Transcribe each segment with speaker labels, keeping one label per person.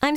Speaker 1: I'm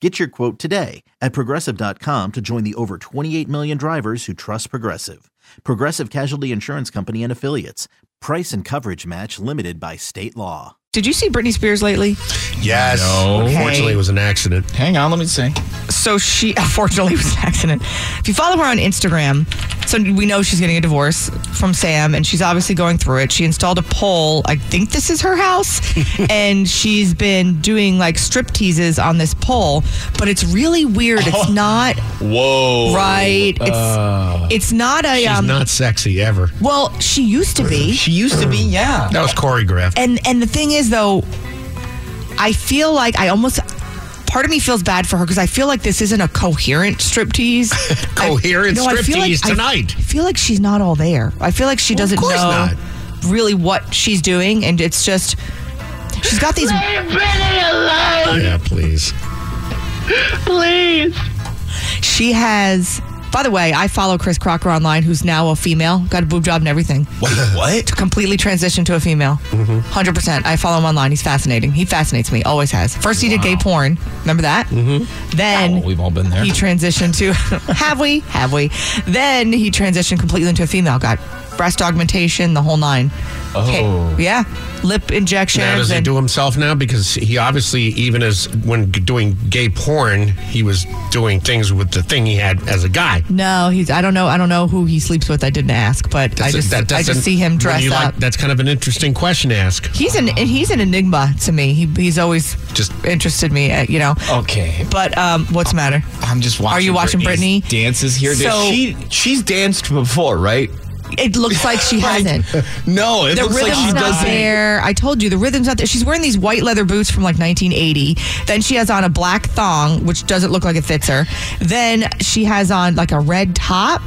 Speaker 2: Get your quote today at progressive.com to join the over 28 million drivers who trust Progressive. Progressive Casualty Insurance Company and Affiliates. Price and coverage match limited by state law.
Speaker 3: Did you see Britney Spears lately?
Speaker 4: Yes.
Speaker 5: No.
Speaker 4: Unfortunately, it was an accident.
Speaker 5: Hang on, let me see.
Speaker 3: So she, unfortunately, it was an accident. If you follow her on Instagram, so we know she's getting a divorce from Sam, and she's obviously going through it. She installed a pole. I think this is her house, and she's been doing like strip teases on this pole. But it's really weird. It's not
Speaker 5: Oh. Whoa. Uh.
Speaker 3: right. It's it's not a
Speaker 4: She's
Speaker 3: um.
Speaker 4: not sexy ever.
Speaker 3: well, she used to be.
Speaker 5: She used to be, yeah.
Speaker 4: That was choreographed.
Speaker 3: and and the thing is though i feel like i almost part of me feels bad for her because i feel like this isn't a coherent striptease I-
Speaker 4: Coherent
Speaker 3: I feel
Speaker 4: striptease
Speaker 3: I-
Speaker 4: tonight.
Speaker 3: I, feel like she's not all there i feel like she
Speaker 4: Well, of
Speaker 3: doesn't know
Speaker 4: course not.
Speaker 3: really what she's doing and it's just she's got these
Speaker 4: yeah, please.
Speaker 3: she has by the way, I follow Chris Crocker online, who's now a female, got a boob job and everything.
Speaker 5: Wait, what?
Speaker 3: Completely transitioned to a female. 100%. I follow him online. He's fascinating. He fascinates me, always has. First, he did gay porn. Remember that? Mm-hmm. Then,
Speaker 5: Oh, we've all been there.
Speaker 3: He transitioned to have we? Have we? Then he transitioned completely into a female. Got breast augmentation, the whole nine.
Speaker 5: Oh.
Speaker 3: yeah, lip injections.
Speaker 4: Now, does he
Speaker 3: and-
Speaker 4: do himself now? Because he obviously, even as when g- doing gay porn, he was doing things with the thing he had as a guy.
Speaker 3: no, he's. I don't know. I don't know who he sleeps with. I didn't ask, but I
Speaker 4: That's a-
Speaker 3: just.
Speaker 4: that
Speaker 3: I
Speaker 4: doesn't-
Speaker 3: just see him
Speaker 4: when
Speaker 3: dressed
Speaker 4: you like-
Speaker 3: up.
Speaker 4: that's kind of an interesting question to ask.
Speaker 3: he's an. He's an enigma to me. He, he's always
Speaker 4: Just-
Speaker 3: just interested me. uh, You know.
Speaker 5: Okay.
Speaker 3: But um, what's the matter?
Speaker 5: I'm just watching
Speaker 3: Are you watching
Speaker 5: Britney's
Speaker 3: Britney?
Speaker 5: dances here? Does
Speaker 3: So-
Speaker 5: she she's danced before, right?
Speaker 3: It looks like she hasn't.
Speaker 5: No, it
Speaker 3: The
Speaker 5: looks like
Speaker 3: rhythm's
Speaker 5: she
Speaker 3: not
Speaker 5: doesn't.
Speaker 3: there. I told you the rhythm's not there. She's wearing these white leather boots from like 1980. Then she has on a black thong, which doesn't look like it fits her. Then she has on like a red top,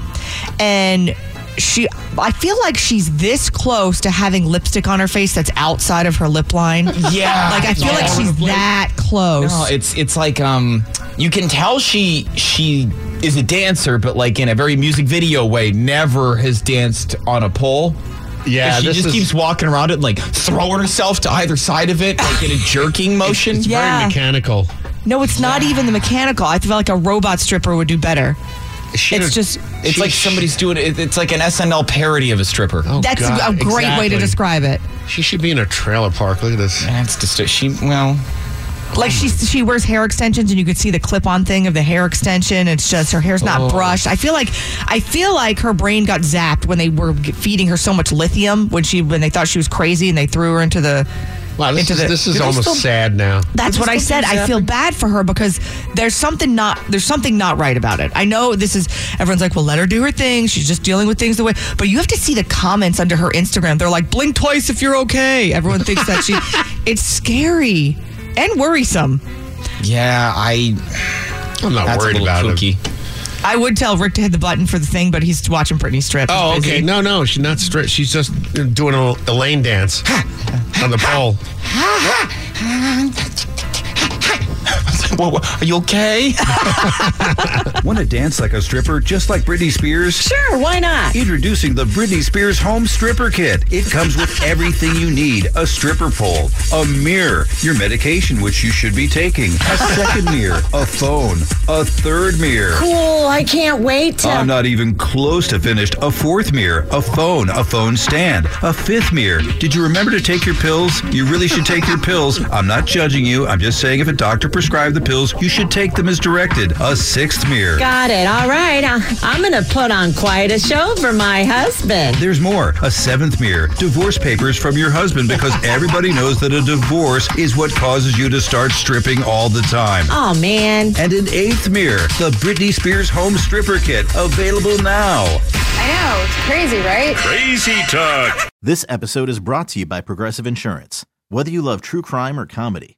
Speaker 3: and she. I feel like she's this close to having lipstick on her face that's outside of her lip line.
Speaker 5: Yeah.
Speaker 3: Like I feel like
Speaker 5: Yeah.
Speaker 3: she's that close.
Speaker 5: No, it's it's like um you can tell she she is a dancer, but like in a very music video way, never has danced on a pole.
Speaker 4: Yeah,
Speaker 5: she
Speaker 4: this
Speaker 5: just
Speaker 4: is-
Speaker 5: keeps walking around it, like throwing herself to either side of it, like in a jerking motion.
Speaker 4: It's
Speaker 3: Yeah.
Speaker 4: very mechanical.
Speaker 3: no, it's not even the mechanical. I feel like a robot stripper would do better.
Speaker 4: She
Speaker 3: It's
Speaker 4: did-
Speaker 3: just-
Speaker 5: It's
Speaker 4: she-
Speaker 5: like somebody's doing it. It's like an SNL parody of a stripper.
Speaker 4: Oh,
Speaker 3: That's
Speaker 4: God,
Speaker 3: a great way to
Speaker 4: exactly.
Speaker 3: describe it.
Speaker 4: She should be in a trailer park. Look at this.
Speaker 5: That's just she. Well,
Speaker 3: Like she
Speaker 4: Hmm.
Speaker 3: she wears hair extensions, and you could see the clip on thing of the hair extension. It's just her hair's
Speaker 4: Oh.
Speaker 3: not brushed. I feel like I feel like her brain got zapped when they were g- feeding her so much lithium when she when they thought she was crazy and they threw her into the.
Speaker 4: Wow, this
Speaker 3: into
Speaker 4: is,
Speaker 3: the-
Speaker 4: this is
Speaker 5: Do they
Speaker 4: almost
Speaker 5: still-
Speaker 4: sad now.
Speaker 3: That's
Speaker 5: Do
Speaker 3: what
Speaker 5: they
Speaker 3: I
Speaker 5: still
Speaker 3: said.
Speaker 5: do
Speaker 3: I feel
Speaker 5: zapping?
Speaker 3: bad for her because there's something not there's something not right about it. I know this is everyone's like, well, let her do her thing. She's just dealing with things the way. But you have to see the comments under her Instagram. They're like, blink twice if you're okay. Everyone thinks that she. It's scary and worrisome.
Speaker 5: yeah, I.
Speaker 4: I'm not
Speaker 5: That's
Speaker 4: worried
Speaker 5: a little
Speaker 4: about it.
Speaker 5: kooky.
Speaker 3: I would tell Rick to hit the button for the thing, but he's watching Britney strip.
Speaker 4: Oh,
Speaker 3: He's busy.
Speaker 4: okay. No, no, she's not straight. She's just doing a the lane dance on the pole.
Speaker 5: Whoa, whoa, are you okay?
Speaker 6: Want to dance like a stripper just like Britney Spears?
Speaker 7: Sure, why not?
Speaker 6: Introducing the Britney Spears Home Stripper Kit. It comes with everything you need a stripper pole, a mirror, your medication, which you should be taking, a second mirror, a phone, a third mirror.
Speaker 7: Cool, I can't wait to.
Speaker 6: I'm not even close to finished. A fourth mirror, a phone, a phone stand, a fifth mirror. Did you remember to take your pills? You really should take your pills. I'm not judging you. I'm just saying if a doctor prescribed the pills, you should take them as directed. A sixth mirror.
Speaker 7: Got it. All right. I, I'm going to put on quite a show for my husband.
Speaker 6: There's more. A seventh mirror. Divorce papers from your husband because everybody knows that a divorce is what causes you to start stripping all the time.
Speaker 7: Oh, man.
Speaker 6: And an eighth mirror. The Britney Spears Home Stripper Kit. Available now.
Speaker 8: I know. It's crazy, right?
Speaker 9: Crazy Talk.
Speaker 2: This episode is brought to you by Progressive Insurance. Whether you love true crime or comedy,